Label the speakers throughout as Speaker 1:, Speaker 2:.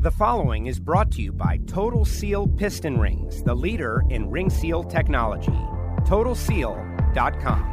Speaker 1: The following is brought to you by Total Seal Piston Rings, the leader in ring seal technology. TotalSeal.com.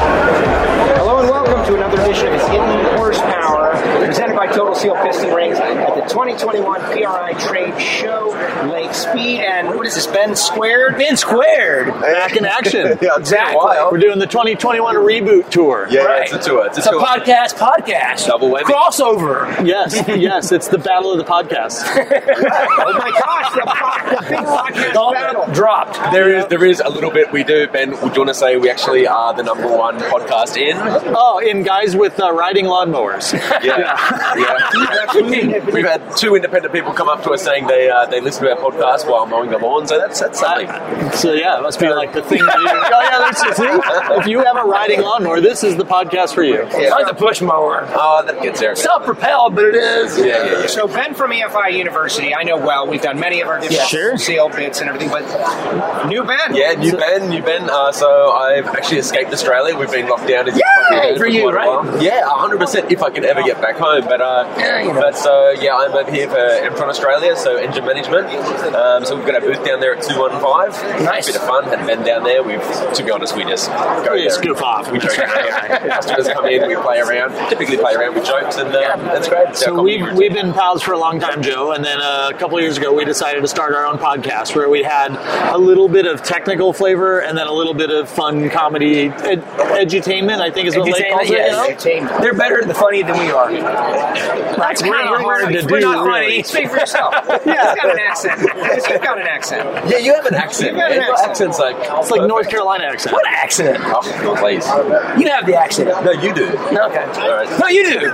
Speaker 1: Hello and welcome to another edition of Hidden Horsepower, presented by Total Seal Piston Rings at the 2021 PRI Trade Show, Lake Speed, and what is this, Ben Squared?
Speaker 2: Ben Squared back in action.
Speaker 3: yeah, it's been a while.
Speaker 2: We're doing the 2021 reboot tour.
Speaker 3: Yeah, it's a tour. It's a
Speaker 2: It's a
Speaker 3: tour.
Speaker 2: podcast, podcast.
Speaker 3: Double whammy.
Speaker 2: Crossover. Yes, yes. It's the battle of the podcast.
Speaker 1: Oh my gosh, the, po- the big podcast battle.
Speaker 2: dropped.
Speaker 3: There is there is a little bit we do, Ben. Would you want to say we actually are the number one podcast in?
Speaker 2: Oh, and guys with uh, riding lawnmowers.
Speaker 3: Yeah, yeah. We've had two independent people come up to us saying they uh, they listen to our podcast while mowing their lawn. So that's that's something.
Speaker 2: So yeah, it must be like the thing. That you, oh yeah, that's the thing. If you have a riding lawnmower, this is the podcast for you.
Speaker 3: Yeah.
Speaker 4: Not the push mower.
Speaker 3: Oh, that gets there.
Speaker 4: It's not propelled, but it is.
Speaker 3: Yeah, yeah, yeah.
Speaker 1: So Ben from EFI University, I know well. We've done many of our different
Speaker 2: Yeah, sure.
Speaker 1: sale bits and everything, but new Ben.
Speaker 3: Yeah, new Ben, new Ben. Uh, so I've actually escaped Australia. We've been locked down. As you probably heard,
Speaker 4: For you,
Speaker 3: quite a
Speaker 4: right?
Speaker 3: while. Yeah, hundred percent. If I can ever get back home, but uh,
Speaker 4: Yeah, you know.
Speaker 3: but so yeah, I'm over here for Emtron Australia, so engine management. Um, so we've got our booth down there at two one five.
Speaker 4: Nice.
Speaker 3: bit of fun. Had Ben down there. We've to be honest, we just go
Speaker 2: We just
Speaker 3: there.
Speaker 2: goof off.
Speaker 3: We joke around. Customers come in, we play around. Typically play around with jokes, and uh, that's great. It's our
Speaker 2: So
Speaker 3: comedy
Speaker 2: we've,
Speaker 3: routine.
Speaker 2: we've been pals for a long time, Joe. And then uh, a couple of years ago, we decided to start our own podcast where we had a little bit of technical flavor and then a little bit of fun comedy ed- edutainment. I think is what they call it. you know?
Speaker 1: Entertainment. They're better at the funny than we are. That's
Speaker 2: really
Speaker 1: kinda
Speaker 2: hard to
Speaker 1: We're
Speaker 2: do,
Speaker 1: not funny.
Speaker 2: really.
Speaker 1: Speak for yourself. He's got an accent. He's got an accent.
Speaker 3: yeah, you have an accent.
Speaker 1: You've got an
Speaker 3: man. Your
Speaker 1: accent.
Speaker 3: accent's like
Speaker 2: It's like North Carolina accent.
Speaker 4: What accident?
Speaker 3: Oh, please.
Speaker 4: You have the accident.
Speaker 3: No, you do.
Speaker 4: Okay.
Speaker 3: All right.
Speaker 4: No, you do.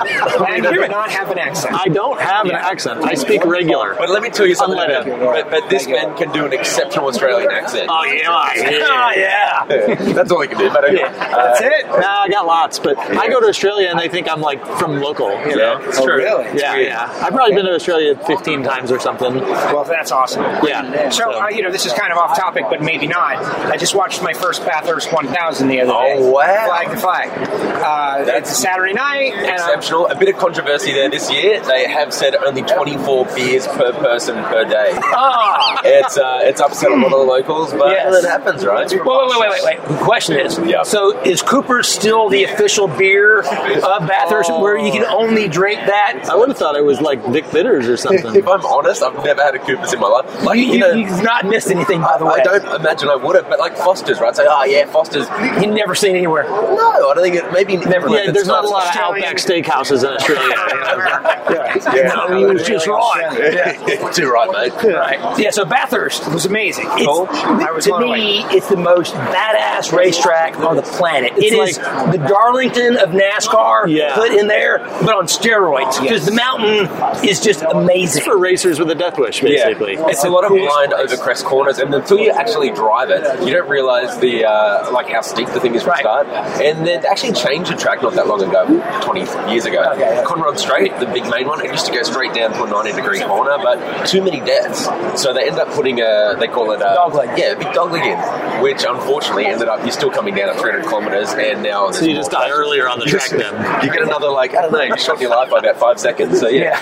Speaker 1: And you do not have an accent.
Speaker 2: I don't have an accent. I speak regular.
Speaker 3: But let me tell you something.
Speaker 2: Unleaded.
Speaker 3: Ben. But, but this man can do an exceptional Australian accent.
Speaker 2: Oh yeah, I
Speaker 4: Oh,
Speaker 2: yeah.
Speaker 4: yeah.
Speaker 3: That's all he can do. But okay. Uh,
Speaker 1: That's it.
Speaker 2: Nah, Oh, I got lots, but I go to Australia and they think I'm like from local. You know?
Speaker 3: yeah, it's true.
Speaker 1: really?
Speaker 3: It's
Speaker 2: Yeah,
Speaker 3: weird.
Speaker 2: yeah. I've probably been to Australia 15 times or something.
Speaker 1: Well, that's awesome.
Speaker 2: Yeah.
Speaker 1: So, uh, you know, this is kind of off topic, but maybe not. I just watched my first Bathurst 1000 the other day.
Speaker 3: Oh, wow.
Speaker 1: Flag the flag. Uh,
Speaker 3: That's
Speaker 1: it's a Saturday night. and I'm-
Speaker 3: Exceptional. A bit of controversy there this year. They have said only 24 beers per person per day.
Speaker 4: Ah.
Speaker 3: It's uh, it's upset a lot of the locals, but
Speaker 4: Yes.
Speaker 3: it happens, right?
Speaker 4: Well, wait, wait, wait, wait, wait. The question is,
Speaker 3: Yeah.
Speaker 4: so is Cooper still the official beer of Bathurst,
Speaker 3: Oh.
Speaker 4: where you can only drink that?
Speaker 2: I would have thought it was like Vic Bitters or something.
Speaker 3: If I'm honest, I've never had a Cooper's in my life. Like,
Speaker 4: You,
Speaker 3: you,
Speaker 4: you,
Speaker 3: know,
Speaker 4: you've not missed anything, by the way.
Speaker 3: I don't imagine I would have, but like Foster's, right? Say, oh yeah, Foster's. No,
Speaker 4: You've never seen anywhere.
Speaker 3: I don't think it. Maybe never.
Speaker 2: Yeah, there's not a lot of
Speaker 1: Australian-
Speaker 2: Outback steakhouses in Australia.
Speaker 3: Yeah,
Speaker 4: No, he was just right.
Speaker 3: yeah. Too right, mate.
Speaker 4: Right. Yeah. So Bathurst
Speaker 1: It was amazing.
Speaker 4: It's,
Speaker 3: Cool.
Speaker 1: I was
Speaker 4: to
Speaker 1: blown away.
Speaker 4: me, it's the most badass racetrack on the planet. It's
Speaker 2: It's
Speaker 4: the Darlington of NASCAR
Speaker 2: Yeah.
Speaker 4: put in there, but on steroids. Because the mountain is just amazing.
Speaker 2: For racers with a death wish, basically.
Speaker 3: Yeah. It's a lot of blind overcrest corners, and until you actually drive it, you don't realize the uh, like how steep the thing is from
Speaker 4: Right.
Speaker 3: start. And then they actually changed the track not that long ago, twenty years ago. Conrad Strait, the big main one, it used to go straight down to a ninety degree corner, but too many deaths, so they end up putting a they call it a
Speaker 4: Dogleg.
Speaker 3: Yeah, a big dogleg in, which unfortunately ended up you're still coming down at three hundred kilometers, and now
Speaker 2: So you just die earlier on the track then.
Speaker 3: you get another like I don't know. You shot your life by about five seconds. So yeah,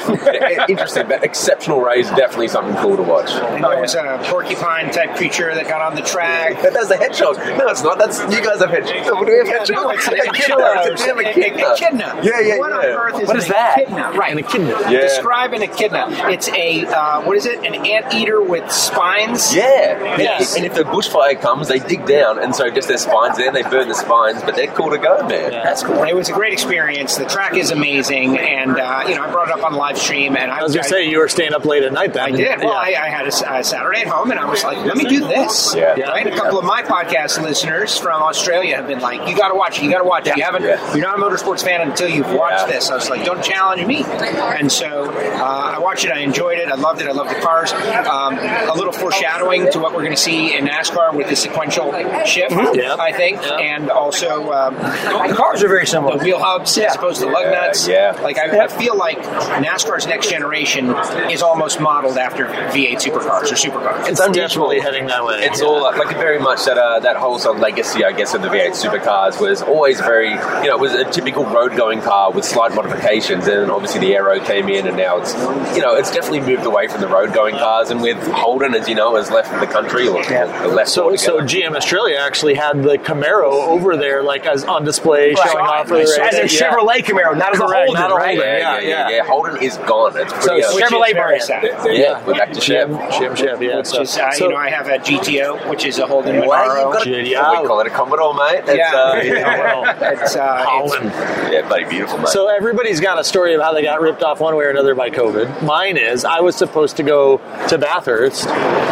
Speaker 3: interesting, but exceptional race definitely something cool to watch.
Speaker 1: And there was a porcupine type creature that got on the track.
Speaker 3: But that's a hedgehog. No, it's not. That's you guys have hedgehogs. What do we have hedgehogs?
Speaker 1: No, it's an
Speaker 3: Echidna.
Speaker 1: echidna.
Speaker 3: It's a damn
Speaker 1: Echidna. Echidna.
Speaker 3: Yeah, yeah,
Speaker 1: What on
Speaker 3: yeah.
Speaker 1: earth is
Speaker 4: What
Speaker 1: an
Speaker 4: is that?
Speaker 1: Echidna? Right.
Speaker 2: An echidna.
Speaker 3: Yeah.
Speaker 1: Describe an echidna. It's a, uh, what is it? An anteater with spines?
Speaker 3: Yeah.
Speaker 1: Yes.
Speaker 3: And if the bushfire comes, they dig down, and so just their spines. Then they burn the spines, but they're cool to go, man.
Speaker 1: That's cool. It was a great experience. The track is amazing, and uh, you know I brought it up on live stream, and I,
Speaker 2: I was going to say, you were staying up late at night then.
Speaker 1: I did. Well,
Speaker 2: Yeah.
Speaker 1: I, I had a, s- a Saturday at home, and I was like, let me do this.
Speaker 3: Yeah.
Speaker 1: Right? A couple of my podcast listeners from Australia have been like, you got to watch it. You got to watch it. You haven't.
Speaker 3: Yeah.
Speaker 1: You're not a motorsports fan until you've watched
Speaker 3: Yeah.
Speaker 1: this. I was like, don't challenge me. And so uh, I watched it. I enjoyed it. I loved it. I loved the cars. Um, a little foreshadowing to what we're going to see in NASCAR with the sequential shift,
Speaker 2: Yeah.
Speaker 1: I think,
Speaker 2: Yeah.
Speaker 1: and also um,
Speaker 4: The cars are very
Speaker 1: the
Speaker 4: similar.
Speaker 1: wheel hubs as opposed to lug nuts.
Speaker 3: yeah.
Speaker 1: Like I, I feel like NASCAR's next generation is almost modeled after V8 supercars or supercars.
Speaker 3: It's
Speaker 2: definitely heading that way.
Speaker 3: It's all like like very much that uh, that whole sort of legacy, I guess, of the V8 supercars was always very you know it was a typical road going car with slight modifications, and then obviously the aero came in, and now it's you know it's definitely moved away from the road going cars, and with Holden, as you know, has left the country or, or left
Speaker 2: So, so
Speaker 3: altogether.
Speaker 2: GM Australia actually had the Camaro over there, like as on display, showing off for the
Speaker 4: As a
Speaker 2: race. Yeah.
Speaker 4: Chevrolet Camaro, not as a
Speaker 2: Correct,
Speaker 4: Holden,
Speaker 2: not a
Speaker 4: right?
Speaker 2: Holden,
Speaker 3: Oh, yeah, yeah, yeah, yeah, Holden is gone. It's
Speaker 2: So
Speaker 3: pretty. uh,
Speaker 2: Chevy-
Speaker 1: Very
Speaker 4: Chevrolet brand.
Speaker 1: sad.
Speaker 3: yeah, we're back to Chev.
Speaker 2: Chevy, Chevy, Chevy, yeah. So,
Speaker 1: Which is, uh,
Speaker 2: so-
Speaker 1: you know, I have a GTO, which is a Holden Monaro.
Speaker 3: Well, you've got a,
Speaker 2: Chevy.
Speaker 3: we call it a Commodore, mate. It's,
Speaker 1: Yeah.
Speaker 3: uh,
Speaker 2: Yeah, well,
Speaker 1: It's, uh, it's-
Speaker 2: Holland.
Speaker 3: yeah, bloody beautiful, mate.
Speaker 2: So everybody's got a story of how they got ripped off one way or another by COVID. Mine is I was supposed to go to Bathurst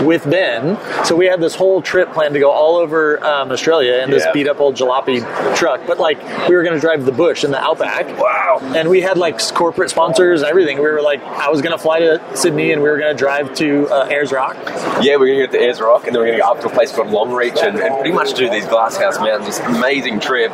Speaker 2: with Ben, so we had this whole trip planned to go all over um, Australia in this
Speaker 3: Yeah.
Speaker 2: beat up old jalopy truck. But like we were going to drive the bush in the outback.
Speaker 3: wow.
Speaker 2: And we had like s- corporate sponsors, and everything. We were like, I was going to fly to Sydney, and we were going to drive to uh, Ayers Rock.
Speaker 3: Yeah, we're going to get to Ayers Rock and then we're going to go up to a place called Longreach and, and pretty much do these Glasshouse Mountains. This amazing trip.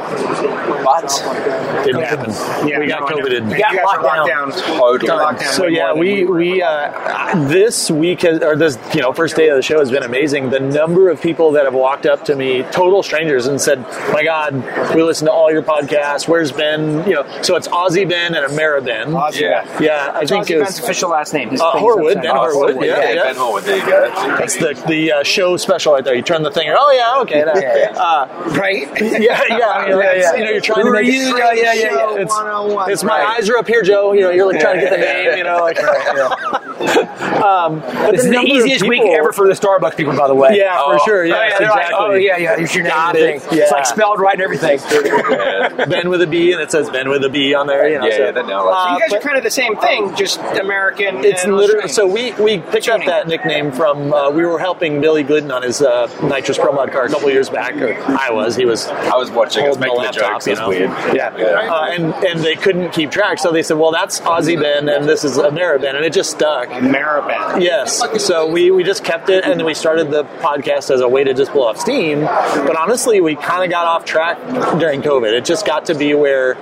Speaker 3: But
Speaker 2: Didn't happen.
Speaker 1: yeah,
Speaker 2: we got
Speaker 1: no, I know.
Speaker 2: COVIDed.
Speaker 1: You guys are locked down.
Speaker 3: Totally.
Speaker 1: Got locked down
Speaker 2: So
Speaker 1: way more
Speaker 2: yeah,
Speaker 1: than
Speaker 2: we we uh, this week has, or this you know first day of the show has been amazing. The number of people that have walked up to me, total strangers, and said, "My God, we listen to all your podcasts. Where's Ben? You know, so it's Aussie Ben and Amera Ben.
Speaker 1: Aussie
Speaker 3: Yeah.
Speaker 1: Ben.
Speaker 2: Yeah, I think
Speaker 1: Aussie Ben's
Speaker 2: it's
Speaker 1: official last name. His
Speaker 4: Oh,
Speaker 2: uh,
Speaker 1: thing's
Speaker 2: Horwood,
Speaker 1: upside
Speaker 2: Ben
Speaker 1: down.
Speaker 2: Horwood. Yeah, yeah.
Speaker 3: Ben Hallwood, there you go.
Speaker 2: That's the the uh, show special right there. You turn the thing. Oh yeah, okay. that- Uh,
Speaker 1: Right?
Speaker 2: yeah, yeah, yeah, yeah, You know, you're trying to make it-
Speaker 1: Who are you?
Speaker 2: yeah, yeah, yeah, yeah.
Speaker 1: Show
Speaker 2: It's,
Speaker 1: 101,
Speaker 2: it's my
Speaker 1: right.
Speaker 2: eyes are up here, Joe. You know, you're like trying to get the name. You know, like. um, but
Speaker 4: This
Speaker 2: the
Speaker 4: is the
Speaker 2: number of
Speaker 4: easiest week
Speaker 2: people-
Speaker 4: ever for the Starbucks people, by the way.
Speaker 2: Yeah,
Speaker 3: Oh.
Speaker 2: for
Speaker 4: Oh,
Speaker 2: sure. Yeah,
Speaker 4: yeah, they're like,
Speaker 2: exactly.
Speaker 4: oh yeah, yeah. Here's your name.
Speaker 2: Got
Speaker 4: and
Speaker 2: it.
Speaker 4: thing.
Speaker 2: Yeah.
Speaker 4: It's like spelled right and everything.
Speaker 2: Ben with a B, and it says Ben with a B on there. You know,
Speaker 3: Yeah,
Speaker 2: so,
Speaker 3: yeah, that now.
Speaker 1: So you guys are
Speaker 2: but-
Speaker 1: kind of the same thing, just American.
Speaker 2: It's
Speaker 1: and
Speaker 2: literally
Speaker 1: Australian.
Speaker 2: so we we picked up that nickname from uh, we were helping Billy Glidden on his uh, nitrous pro mod car a couple years back. Or I was, he was
Speaker 3: I was watching, I was
Speaker 2: holding
Speaker 3: making the jokes. That's weird.
Speaker 2: Yeah,
Speaker 3: Yeah.
Speaker 2: Uh, and and they couldn't keep track, so they said, "Well, that's Aussie Ben, and this is Ameriben," and it just stuck.
Speaker 1: American.
Speaker 2: Yes. So we, we just kept it and we started the podcast as a way to just blow off steam. But honestly, we kind of got off track during COVID. It just got to be where,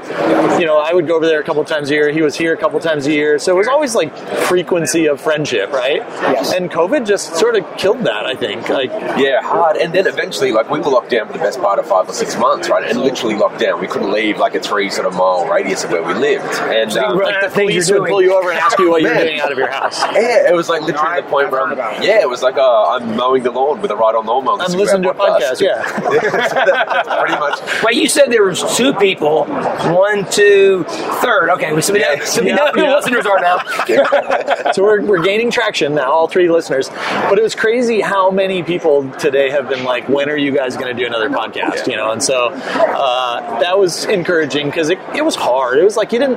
Speaker 2: you know, I would go over there a couple times a year. He was here a couple times a year. So it was always like frequency of friendship, right? Yes. And COVID just sort of killed that, I think. Like,
Speaker 3: Yeah, hard. And then eventually, like, we were locked down for the best part of five or six months, right? And literally locked down. We couldn't leave, like, a three sort of mile radius of where we lived. And um,
Speaker 2: like the
Speaker 4: the things
Speaker 2: police
Speaker 4: you're
Speaker 2: would
Speaker 4: doing.
Speaker 2: pull you over and ask you what you're
Speaker 3: Man.
Speaker 2: doing out of your house.
Speaker 3: yeah, it was like literally
Speaker 1: No, I-
Speaker 3: the point
Speaker 1: I've
Speaker 3: where
Speaker 1: heard
Speaker 3: I'm,
Speaker 1: about it.
Speaker 3: yeah, it was like, oh, I'm mowing the lawn with a ride on lawnmower.
Speaker 2: I'm listening to a podcast, yeah.
Speaker 3: yeah. Pretty much.
Speaker 4: Wait, you said there was two people. One, two, third. Okay, so we know, so we
Speaker 2: Yeah,
Speaker 4: know who
Speaker 2: yeah.
Speaker 4: listeners are now.
Speaker 2: so we're, we're gaining traction now, all three listeners. But it was crazy how many people today have been like, when are you guys going to do another podcast? You know, and so uh, that was encouraging because it, it was hard. It was like you didn't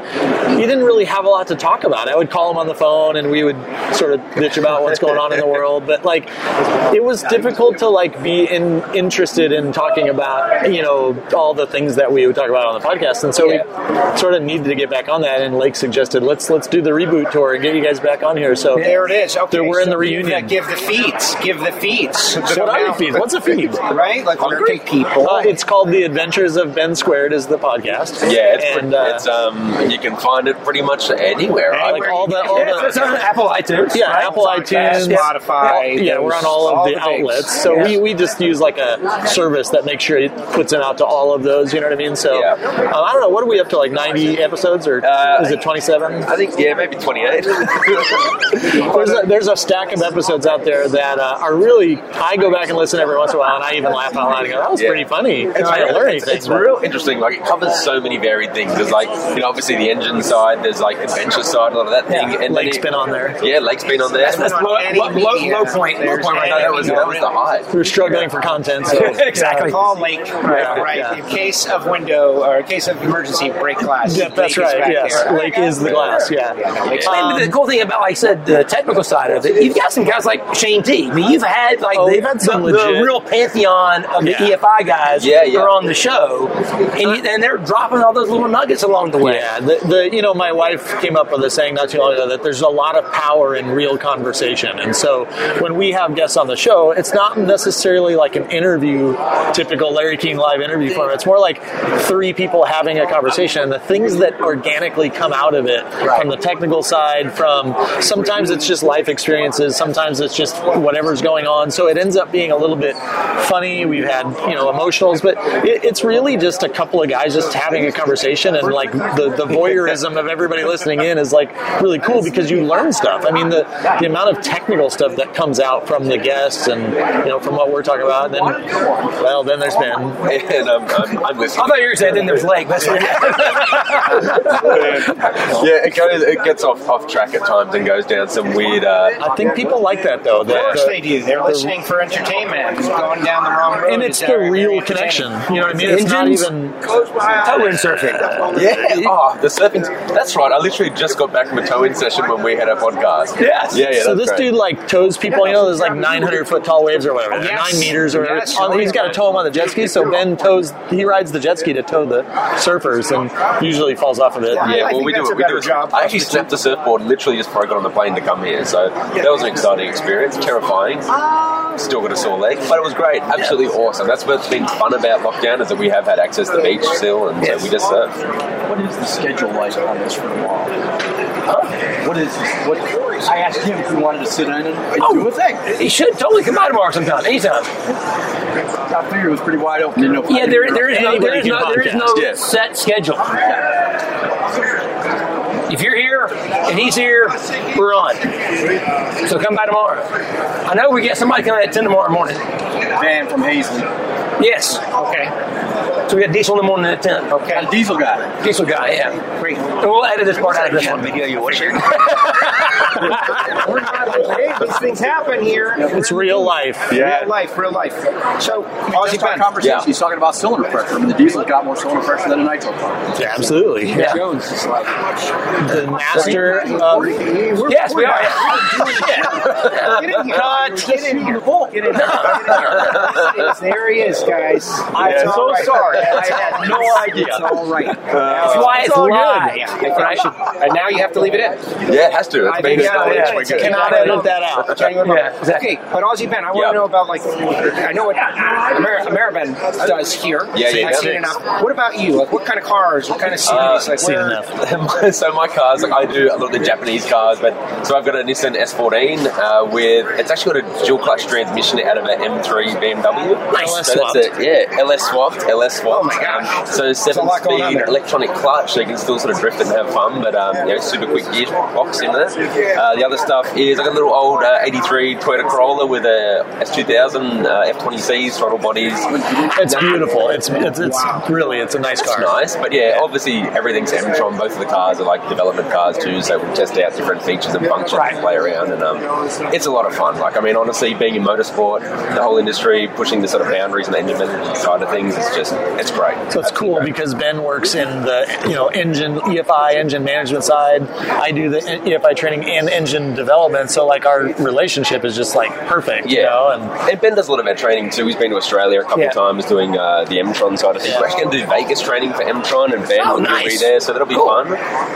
Speaker 2: you didn't really have a lot to talk about. I would call them on the phone and we would sort of bitch about what's going on in the world. But like, it was difficult to like be in, interested in talking about you know all the things that we would talk about on the podcast. And so we sort of needed to get back on that. And Lake suggested let's let's do the reboot tour and get you guys back on here. So
Speaker 1: There it is. Okay,
Speaker 2: There we're in
Speaker 1: so
Speaker 2: the
Speaker 1: give
Speaker 2: reunion.
Speaker 1: the- Give the feeds. Give the feeds.
Speaker 2: So
Speaker 1: So
Speaker 2: what are the
Speaker 1: now-
Speaker 2: feeds? What's a feed?
Speaker 1: Right? Like American people.
Speaker 2: Uh, it's called The Adventures of Ben Squared is the podcast.
Speaker 3: Yeah, it's,
Speaker 2: and
Speaker 3: pretty,
Speaker 2: uh,
Speaker 3: it's um, you can find it pretty much anywhere. right?
Speaker 2: like all the all
Speaker 4: Yeah,
Speaker 2: the
Speaker 4: it's on Apple iTunes.
Speaker 2: Yeah,
Speaker 4: right?
Speaker 2: Apple iTunes,
Speaker 1: Spotify,
Speaker 2: Yeah,
Speaker 1: those-
Speaker 2: we're on all of
Speaker 1: all
Speaker 2: the,
Speaker 1: the bigs.
Speaker 2: outlets. So we, we just use like a service that makes sure it puts it out to all of those. You know what I mean? So
Speaker 3: Yeah.
Speaker 2: um, I don't know. What are we up to? Like ninety episodes, or
Speaker 3: Uh,
Speaker 2: is it twenty seven?
Speaker 3: I think yeah, maybe twenty eight.
Speaker 2: There's a, there's a stack of episodes out there that uh, are really. I go back and listen every once in a while, and I even laugh out loud and go, "That was
Speaker 3: Yeah.
Speaker 2: pretty funny."
Speaker 3: It's,
Speaker 2: I didn't learn
Speaker 3: it's,
Speaker 2: anything.
Speaker 3: it's
Speaker 2: but-
Speaker 3: real interesting. Like it covers so many varied things. There's like you know obviously the engine side. There's like adventure side. A lot of that thing. And then
Speaker 2: Lake's
Speaker 3: it-
Speaker 2: been on there.
Speaker 3: Yeah, Lake's been on there.
Speaker 1: That's
Speaker 3: That's
Speaker 1: on
Speaker 4: low-
Speaker 1: any
Speaker 4: low- low-
Speaker 1: media.
Speaker 4: low point, low
Speaker 1: There's
Speaker 4: point right
Speaker 1: any
Speaker 3: that was that was the high.
Speaker 2: We were struggling for content, so
Speaker 4: exactly.
Speaker 1: Call Lake, right?
Speaker 2: yeah.
Speaker 1: In case of window or in case of emergency, break glass.
Speaker 2: Yeah, that's
Speaker 1: Lake is
Speaker 2: right.
Speaker 1: back
Speaker 2: Yes,
Speaker 1: there.
Speaker 2: Lake is the glass.
Speaker 1: Yeah,
Speaker 2: Yeah.
Speaker 1: that makes
Speaker 4: I
Speaker 1: sense.
Speaker 4: mean, but the cool thing about, like I said, the technical side of it, you've got some guys like Shane T. I mean, you've had like
Speaker 2: Oh,
Speaker 4: the,
Speaker 2: we've had some
Speaker 4: the, the
Speaker 2: legit-
Speaker 4: real pantheon of the
Speaker 2: Yeah.
Speaker 4: EFI guys
Speaker 3: Yeah,
Speaker 4: that
Speaker 3: yeah.
Speaker 4: are on the show, and, you, and they're dropping all those little nuggets along the way.
Speaker 2: Yeah, the, the you know my wife came up with a saying not too long ago that there's a lot of power in real conversation. And so when we have guests on the show, it's not necessarily like an interview, typical Larry King live interview format. It's more like three people having a conversation. And the things that organically come out of it from the technical side, from sometimes it's just life experiences, sometimes it's just whatever's going on. So it ends up being a little bit funny. We've had, you know, emotionals, but it, it's really just a couple of guys just having a conversation and like the, the voyeurism of everybody listening in is like really cool because you learn stuff. I mean, the, the amount of technical stuff that comes out from the guests and, you know, from what we're talking about, and then, well, then there's Ben.
Speaker 3: and I'm, I'm, I'm listening.
Speaker 4: I thought you were saying then there's Lake. That's what uh,
Speaker 3: yeah, it goes, it gets off, off track at times and goes down some weird. Uh,
Speaker 2: I think people like that though.
Speaker 1: Of
Speaker 2: that-
Speaker 1: course they do. They're listening for entertainment. Going down the wrong road.
Speaker 2: and it's
Speaker 1: is
Speaker 2: the
Speaker 1: very
Speaker 2: real
Speaker 1: entertaining.
Speaker 2: connection. You know what I mean? It's not
Speaker 4: Engines?
Speaker 2: even
Speaker 4: Toe in surfing.
Speaker 3: yeah, oh, the surfing. That's right. I literally just got back from a towing session when we had our podcast.
Speaker 4: Yes.
Speaker 3: Yeah, yeah.
Speaker 2: so
Speaker 3: that's
Speaker 2: this
Speaker 3: great.
Speaker 2: dude like tows people. You know, there's like 900 foot tall waves or whatever, they're
Speaker 1: Yes.
Speaker 2: nine meters or whatever.
Speaker 1: Yes,
Speaker 2: On- he's got to tow them on the jet ski. So Ben tows. He rides the jet ski to tow the surfers, and usually falls off of it.
Speaker 1: I-
Speaker 3: Yeah,
Speaker 1: I
Speaker 3: well,
Speaker 1: think
Speaker 3: we
Speaker 1: that's a
Speaker 3: do it. We
Speaker 1: better
Speaker 3: do it.
Speaker 1: job.
Speaker 3: I actually snapped the surfboard literally just before I got on the plane to come here, so that was an exciting experience. Terrifying.
Speaker 1: Um,
Speaker 3: Still got a sore leg, but it was great. Absolutely awesome. That's what's been fun about lockdown is that we have had access to the beach still, and so we just surf.
Speaker 5: What is the schedule like on this for tomorrow? Huh? What is what? I asked him if he wanted to sit in and
Speaker 4: Oh.
Speaker 5: do a thing.
Speaker 4: He should totally come by tomorrow sometime, anytime.
Speaker 5: I figured it was pretty wide open. Didn't know if I
Speaker 4: Yeah,
Speaker 5: could
Speaker 4: there,
Speaker 5: do
Speaker 4: there is no, there is no, there is no
Speaker 5: Yeah.
Speaker 4: set schedule. If you're here and he's here, we're on. So come by tomorrow. I know we got somebody coming at ten tomorrow morning.
Speaker 5: it. Dan from Hazen,
Speaker 4: Yes.
Speaker 1: Okay.
Speaker 4: So we got diesel in the morning at ten. Oh,
Speaker 5: a
Speaker 1: Okay.
Speaker 5: diesel guy.
Speaker 4: Diesel guy, yeah.
Speaker 1: Great.
Speaker 4: And we'll edit this part out of this
Speaker 1: Yeah,
Speaker 4: one.
Speaker 1: video you wish it. We're not like, hey, these things happen here.
Speaker 2: It's real life.
Speaker 1: Yeah. Real life, real life. So, Aussie
Speaker 5: Just our
Speaker 1: Ben.
Speaker 5: conversation.
Speaker 3: Yeah.
Speaker 5: He's talking about cylinder pressure. I mean, the diesel's got more cylinder pressure than a nitro car.
Speaker 2: Yeah, absolutely.
Speaker 4: Yeah.
Speaker 5: Jones is like,
Speaker 2: The master of
Speaker 4: Yes, we are.
Speaker 1: Get in here. Get in here. Get in here. Get in here. There he is, guys. I'm
Speaker 5: so sorry.
Speaker 1: I had no idea. It's all right.
Speaker 4: That's why it's live.
Speaker 1: Yeah, I think I should- and now you have to leave it in.
Speaker 3: Yeah, it has to. It's
Speaker 1: I
Speaker 3: been
Speaker 1: think so, yeah.
Speaker 3: it's been good.
Speaker 1: Cannot edit that out.
Speaker 4: Yeah, exactly.
Speaker 1: Okay, but Aussie Ben, I want
Speaker 3: Yeah.
Speaker 1: to know about like I know what Amer- Ameriben does here.
Speaker 3: Yeah, yeah,
Speaker 1: I've
Speaker 3: yeah. Uh,
Speaker 1: seen enough. What about you? Like, what kind of cars? What kind of sceneries? like,
Speaker 2: seen
Speaker 1: where-
Speaker 2: enough.
Speaker 3: so my cars, like I do a lot of the Japanese cars, but so I've got a Nissan S14 uh, with it's actually got a dual clutch transmission out of an M3 BMW.
Speaker 2: Nice.
Speaker 3: So that's it. Yeah, LS swapped, LS swapped.
Speaker 1: Oh my gosh.
Speaker 3: Um, so
Speaker 1: a
Speaker 3: seven
Speaker 1: lot going on
Speaker 3: speed
Speaker 1: there.
Speaker 3: electronic clutch, so you can still sort of drift and have fun, but um, you know, super quick gearbox in there. Uh, the other stuff is I got a little old uh, 83 Toyota Corolla with a S2000 uh, F20Cs throttle bodies.
Speaker 2: It's beautiful. It's it's, it's really it's a nice
Speaker 3: It's
Speaker 2: car.
Speaker 3: nice, but yeah, obviously everything's Amtron. Both of the cars are like development cars too, so we test out different features and functions and play around, and um, it's a lot of fun. Like, I mean, honestly, being in motorsport, the whole industry, pushing the sort of boundaries and the engineering side of things, it's just, it's great.
Speaker 2: So it's cool because Ben works in the you know engine EFI engine management side. I do the EFI training and engine development. So like our relationship is just like perfect,
Speaker 3: Yeah,
Speaker 2: you know. And
Speaker 3: and Ben does a lot of our training too. He's been to Australia a couple
Speaker 4: Yeah.
Speaker 3: of times doing uh, the Mtron side of things. We're actually going to do Vegas training for Mtron, and Ben
Speaker 4: Oh,
Speaker 3: will be
Speaker 4: nice.
Speaker 3: there, so that'll be fun.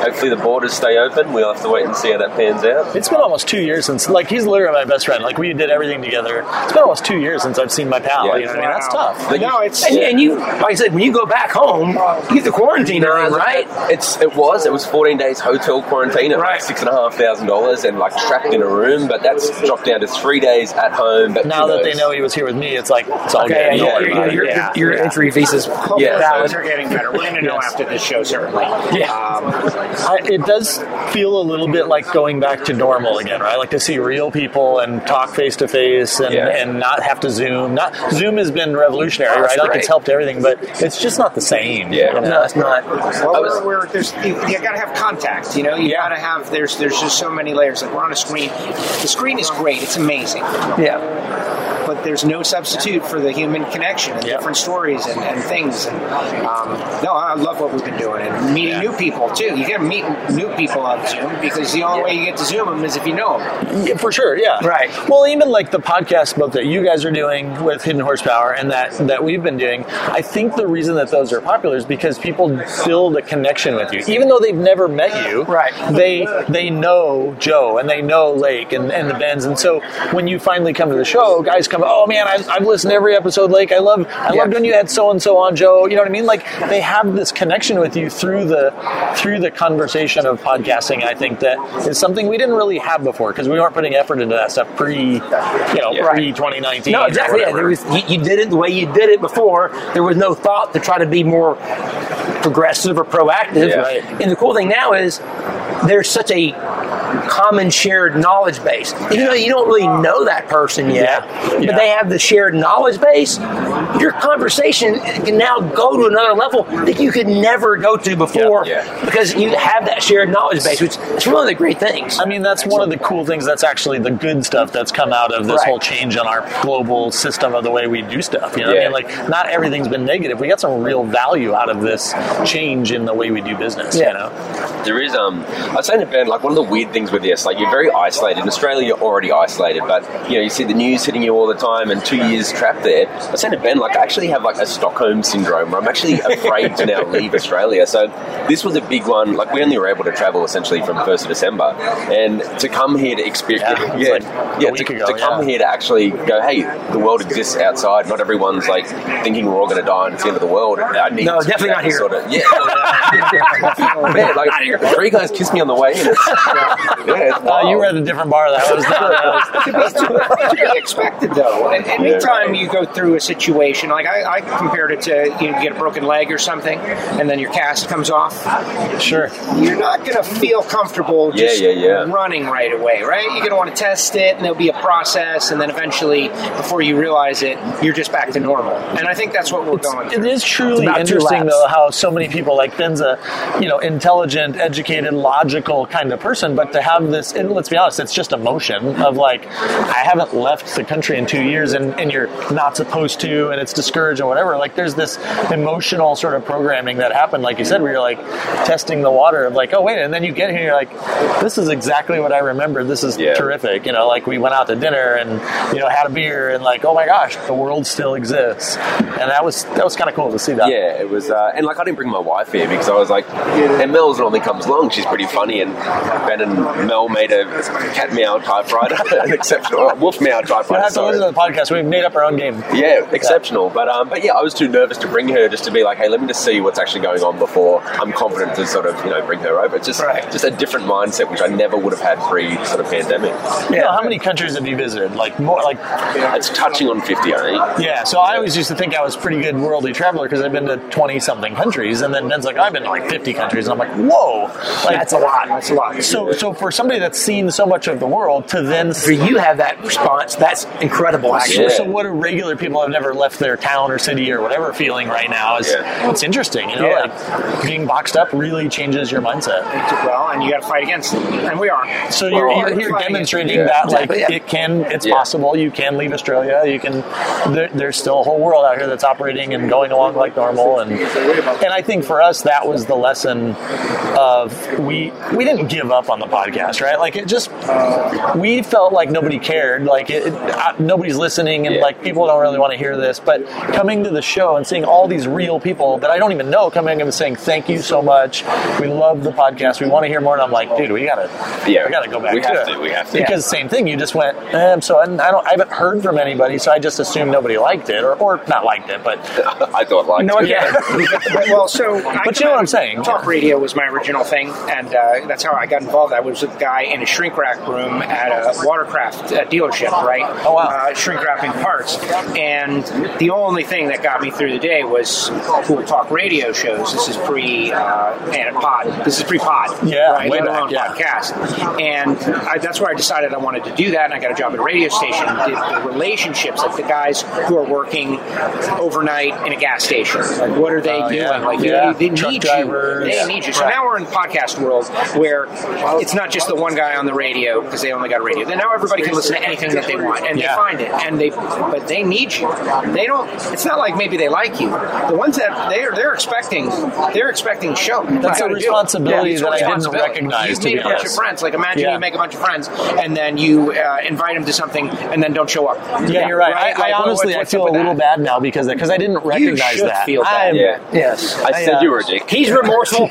Speaker 3: Hopefully, the borders stay open. We'll have to wait and see how that pans out.
Speaker 2: it's been almost two years since like he's literally my best friend. Like we did everything together. It's been almost two years since I've seen my pal.
Speaker 3: Yeah.
Speaker 2: You know what I mean? That's tough.
Speaker 1: No, it's
Speaker 4: And, and you, like I said, when you go back home, you get the quarantine around, right?
Speaker 3: It's it was it was 14 days hotel quarantine at
Speaker 4: Right.
Speaker 3: like six and a half thousand dollars and like trapped in a room, but that's dropped down to three days at home. But
Speaker 2: Now
Speaker 3: who
Speaker 2: that they
Speaker 3: knows?
Speaker 2: know he was here with me, it's like it's all
Speaker 4: Okay,
Speaker 2: good. Don't
Speaker 4: yeah,
Speaker 2: worry
Speaker 4: your,
Speaker 2: about it.
Speaker 4: your,
Speaker 2: Uh, Yeah.
Speaker 4: your entry visas.
Speaker 1: Yeah,
Speaker 4: valid.
Speaker 1: things are getting better. We're going to know after this show, certainly. Um,
Speaker 4: Yeah.
Speaker 2: I, it does feel a little bit like going back to normal again, right? Like to see real people and talk face to face and
Speaker 3: Yeah.
Speaker 2: and not have to Zoom. Not Zoom has been revolutionary, right? Like it's
Speaker 3: great.
Speaker 2: helped everything, but it's just not the same.
Speaker 3: Yeah.
Speaker 2: you know?
Speaker 4: No, it's not.
Speaker 1: Well,
Speaker 3: I was-
Speaker 1: we're, we're, there's, you, you got to have contact. You know, you got to have. There's there's just so many layers. Like we're on a screen. The screen is great. It's amazing.
Speaker 4: Yeah.
Speaker 1: But there's no substitute for the human connection and
Speaker 2: Yeah.
Speaker 1: different stories and, and things. And um, no, I love what we've been doing and meeting new people too. You got to meet new people on Zoom because the only way you get to Zoom them is if you know them.
Speaker 2: Yeah, for sure. Yeah,
Speaker 4: Right.
Speaker 2: Well, even like the podcast both that you guys are doing with Hidden Horsepower and that that we've been doing, I think the reason that those are popular is because people build a connection with you, even though they've never met you.
Speaker 4: Right.
Speaker 2: They they know Joe and they know Lake and, and the Bends. And so when you finally come to the show, guys come, oh man, I've, I've listened to every episode, Lake. I love I loved when you had so and so on, Joe. You know what I mean? Like they have this connection with you through the through the conversation of podcasting. I think that is something we didn't really have before because we weren't putting effort into that stuff pre, you know, pre 2019.
Speaker 4: No, exactly. Yeah, there was, you, you did it the way you did it before. There was no thought to try to be more progressive or proactive.
Speaker 3: Yeah. Right.
Speaker 4: And the cool thing now is there's such a common shared knowledge base. Even though you don't really know that person yet, but they have the shared knowledge base, your conversation can now go to another level that you could never go to before
Speaker 3: Yeah.
Speaker 4: because you have that shared knowledge base, which is one of the great things.
Speaker 2: I mean, that's one of the cool things. That's actually the good stuff that's come out of this
Speaker 4: Right.
Speaker 2: whole change in our global system of the way we do stuff. You know, what
Speaker 3: Yeah.
Speaker 2: I mean, like not everything's been negative. We got some real value out of this change in the way we do business.
Speaker 4: Yeah.
Speaker 2: You know,
Speaker 3: There is, um, I'd say in a band, like one of the weird things with this, like you're very isolated. In Australia, you're already isolated, but you know, you see the news hitting you all the time and two years trapped there. I'd say in a band, like I actually have like a Stockholm syndrome where I'm actually afraid to now leave Australia. So this was a big one. Like we only were able to travel essentially from 1st of December and to come here to experience,
Speaker 2: Yeah,
Speaker 3: yeah,
Speaker 2: it's
Speaker 3: yeah,
Speaker 2: like a week
Speaker 3: to,
Speaker 2: ago,
Speaker 3: to come
Speaker 2: yeah.
Speaker 3: here to actually go, hey, the world exists outside. Not everyone's like thinking we're all going to die and it's the end of the world. I need
Speaker 4: No,
Speaker 3: to
Speaker 4: definitely not here.
Speaker 3: Sort of, yeah. Oh, Man, like, three guys kissed me on the way. Oh, And it's, yeah, it's
Speaker 2: uh, you were
Speaker 3: wild.
Speaker 2: at a different bar that was not. That was,
Speaker 1: to be expected though. And anytime you go through a situation, like I, I compared it to you get a broken leg or something, and then your cast comes off.
Speaker 2: sure.
Speaker 1: You're not going to feel comfortable
Speaker 3: Yeah,
Speaker 1: just
Speaker 3: yeah, yeah.
Speaker 1: running right away, right? You're going to want to test it, and there'll be a process, and then eventually, before you realize it, you're just back to normal. And I think that's what we're going
Speaker 2: It
Speaker 1: through.
Speaker 2: is truly
Speaker 4: about two
Speaker 2: interesting,
Speaker 4: laps.
Speaker 2: though, how so many people like Ben's a, you know, intelligent, educated, logical kind of person, but to have this, and let's be honest, it's just emotion of like, I haven't left the country in two years, and, and you're not supposed to, and it's discouraged and whatever. Like, there's this emotional sort of programming that happened, like you said, where you're like testing the water of like, oh wait, and then you get here, you're like, this is exactly what I remember. This is
Speaker 3: Yeah.
Speaker 2: terrific. You know, like we went out to dinner and you know had a beer, and like, oh my gosh, the world still exists, and that was that was kind of cool to see that.
Speaker 3: Yeah, it was, uh, and like I didn't bring my wife here because I was like, and Mel's normally comes along. She's pretty funny, and Ben and Mel made a cat meow typewriter, an exceptional or wolf meow typewriter.
Speaker 2: We'll have to
Speaker 3: sorry.
Speaker 2: listen to the podcast. We've made up our own game.
Speaker 3: Yeah, exceptional. But um, but yeah, I was too nervous to bring her just to be like, hey, let me just see what's actually going on before I'm confident to sort of you know bring her over. It's just
Speaker 4: Right.
Speaker 3: just a different mindset which I never would have had pre sort of pandemic.
Speaker 2: You know, how many countries have you visited? Like more, like
Speaker 3: It's touching on fifty, I think.
Speaker 2: yeah. So I always used to think I was a pretty good worldly traveler because I've been to twenty something countries, and then Ben's like, I've been to like fifty countries, and I'm like, whoa, like,
Speaker 4: That's a lot. That's a lot.
Speaker 2: So so for somebody that's seen so much of the world to then
Speaker 4: for
Speaker 2: see.
Speaker 4: you have that response, that's incredible. Actually,
Speaker 3: Yeah.
Speaker 2: So what do regular people have never left their town or city or whatever feeling right now is
Speaker 3: Yeah.
Speaker 2: it's interesting, you know,
Speaker 4: Yeah.
Speaker 2: like being boxed up really changes your mindset.
Speaker 1: Well, and you got to fight against it, and we are.
Speaker 2: So you're,
Speaker 1: Well,
Speaker 2: you're here
Speaker 1: fighting it.
Speaker 2: demonstrating
Speaker 3: Yeah.
Speaker 2: that like
Speaker 4: Exactly, yeah.
Speaker 2: it can, it's
Speaker 3: Yeah.
Speaker 2: possible. You can leave Australia. You can. There, there's still a whole world out here that's operating and going along like normal. And and I think for us that was the lesson of we we didn't give up on the podcast, right? Like it just we felt like nobody cared, like it, it- uh, nobody's listening, and
Speaker 3: Yeah.
Speaker 2: like people don't really want to hear this. But coming to the show and seeing all these real people that I don't even know coming and saying thank you so much, we love the podcast, we want to hear more, and I'm like, dude, we gotta,
Speaker 3: Yeah.
Speaker 2: we gotta go back.
Speaker 3: We
Speaker 2: to
Speaker 3: have
Speaker 2: it.
Speaker 3: to, we have to.
Speaker 2: Because same thing, you just went, eh, so I, I don't, I haven't heard from anybody, so I just assumed nobody liked it, or, or not liked it, but
Speaker 3: I thought like
Speaker 4: No, yeah.
Speaker 1: But, well, so I
Speaker 2: But you know what I'm saying.
Speaker 1: Talk radio was my original thing, and uh, that's how I got involved. I was with a guy in a shrink rack room at a watercraft uh, dealership, right?
Speaker 2: Oh, wow.
Speaker 1: Uh, shrink wrapping parts, and the only thing that got me through the day was cool talk radio shows. This is pre uh, and pod. This is pre pod.
Speaker 2: Yeah,
Speaker 1: right?
Speaker 2: way
Speaker 1: Let
Speaker 2: back,
Speaker 1: alone
Speaker 2: yeah.
Speaker 1: podcast, and I, that's where I decided I wanted to do that. And I got a job at a radio station. and Did the relationships like the guys who are working overnight in a gas station. Like, what are they
Speaker 2: Oh,
Speaker 1: doing?
Speaker 2: yeah.
Speaker 1: Like,
Speaker 2: Yeah.
Speaker 1: they, they
Speaker 2: Truck
Speaker 1: need
Speaker 2: drivers.
Speaker 1: you.
Speaker 2: Yeah.
Speaker 1: They need you. So now we're in podcast world where it's not just the one guy on the radio because they only got a radio. Then now everybody can listen to anything that they want and
Speaker 2: Yeah.
Speaker 1: they find it and they but they need you. They don't. It's not like maybe they like you. The ones that they're they're expecting they're expecting show.
Speaker 2: That's
Speaker 1: You
Speaker 2: a
Speaker 1: gotta do it.
Speaker 2: responsibility
Speaker 1: It's a
Speaker 2: that I didn't
Speaker 1: responsibility.
Speaker 2: recognize,
Speaker 1: You've
Speaker 2: to
Speaker 1: made
Speaker 2: be
Speaker 1: a bunch
Speaker 2: honest.
Speaker 1: of friends. Like imagine
Speaker 2: Yeah.
Speaker 1: you make a bunch of friends and then you uh, invite them to something and then don't show up.
Speaker 2: Yeah, you're right. I, I
Speaker 1: Like, what-
Speaker 2: honestly, I
Speaker 1: what's up
Speaker 2: feel a
Speaker 1: with
Speaker 2: little
Speaker 1: that?
Speaker 2: bad now because because I didn't recognize
Speaker 1: should
Speaker 2: that.
Speaker 1: feel bad.
Speaker 2: I'm-
Speaker 3: Yeah.
Speaker 2: Yes,
Speaker 3: I said
Speaker 2: uh,
Speaker 3: you were a dick.
Speaker 4: he's remorseful.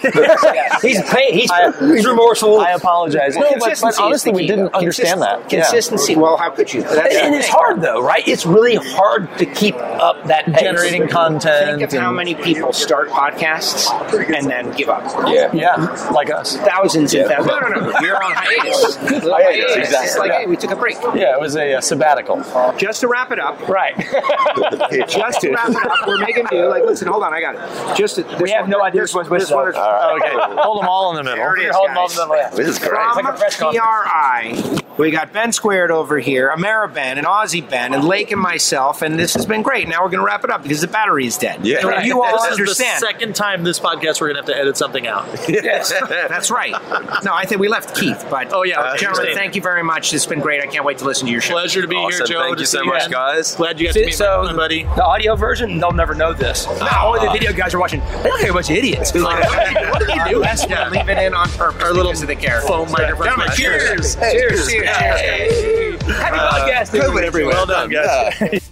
Speaker 4: he's pain, he's,
Speaker 2: I-
Speaker 4: he's remorseful.
Speaker 2: I apologize. No, but, but
Speaker 1: Consistency is the
Speaker 2: honestly, we
Speaker 1: key,
Speaker 2: didn't
Speaker 1: though.
Speaker 2: understand that.
Speaker 1: Consist- Consistency. Well, how could you? That's
Speaker 4: And, and it's hard though, right? It's really hard to keep up that
Speaker 2: Yeah.
Speaker 4: pace.
Speaker 2: Generating content.
Speaker 1: Think of how
Speaker 2: and-
Speaker 1: many people start podcasts and then give up.
Speaker 3: Yeah.
Speaker 2: Yeah, like uh, us.
Speaker 1: Thousands and thousands. No, no, no. We were on hiatus.
Speaker 3: uh,
Speaker 1: hiatus. It's
Speaker 2: exactly.
Speaker 1: like,
Speaker 2: Yeah.
Speaker 1: hey, we took a break.
Speaker 2: Yeah, it was a, uh sabbatical.
Speaker 1: Just to wrap it up,
Speaker 2: Right.
Speaker 1: just to wrap it up, we're making new. Like, listen, hold on, I got it. Just to, we
Speaker 4: have no idea
Speaker 1: This one,
Speaker 4: what's
Speaker 1: this
Speaker 4: up.
Speaker 1: one,
Speaker 2: okay. Hold them all in the middle.
Speaker 1: There it is,
Speaker 2: Hold 'em
Speaker 1: guys.
Speaker 2: all in the middle.
Speaker 6: This is great.
Speaker 1: from
Speaker 2: like a press conference.
Speaker 1: PRI. We got Ben Squared over here, Amera Ben, and Aussie Ben, and Lake and myself, and this has been great. Now we're going to wrap it up because the battery is dead.
Speaker 6: Yeah.
Speaker 1: So You all
Speaker 2: this Is
Speaker 1: understand.
Speaker 2: the second time this podcast we're gonna have to edit something out.
Speaker 1: That's right. No, I think we left Keith, but
Speaker 2: Oh, yeah,
Speaker 1: Uh, gentlemen,
Speaker 2: understand.
Speaker 1: thank you very much. It's been great. I can't wait to listen to your show.
Speaker 2: Pleasure to be here,
Speaker 6: Awesome.
Speaker 2: Joe.
Speaker 6: Thank
Speaker 2: to
Speaker 6: you so
Speaker 2: see you
Speaker 6: much,
Speaker 2: again.
Speaker 6: guys.
Speaker 2: Glad you got to
Speaker 4: See,
Speaker 2: meet
Speaker 4: so-
Speaker 2: my buddy.
Speaker 4: The audio version, they'll never know this. Only the video guys are watching. They look like a bunch of idiots. Like, what are you- what are you doing?
Speaker 1: Unless we leave it in on purpose Our little because of the character.
Speaker 2: Foam microphone.
Speaker 1: Gentlemen, cheers. Cheers. Cheers.
Speaker 4: Happy podcasting.
Speaker 2: Uh,
Speaker 6: Good everywhere.
Speaker 2: Well done, guys.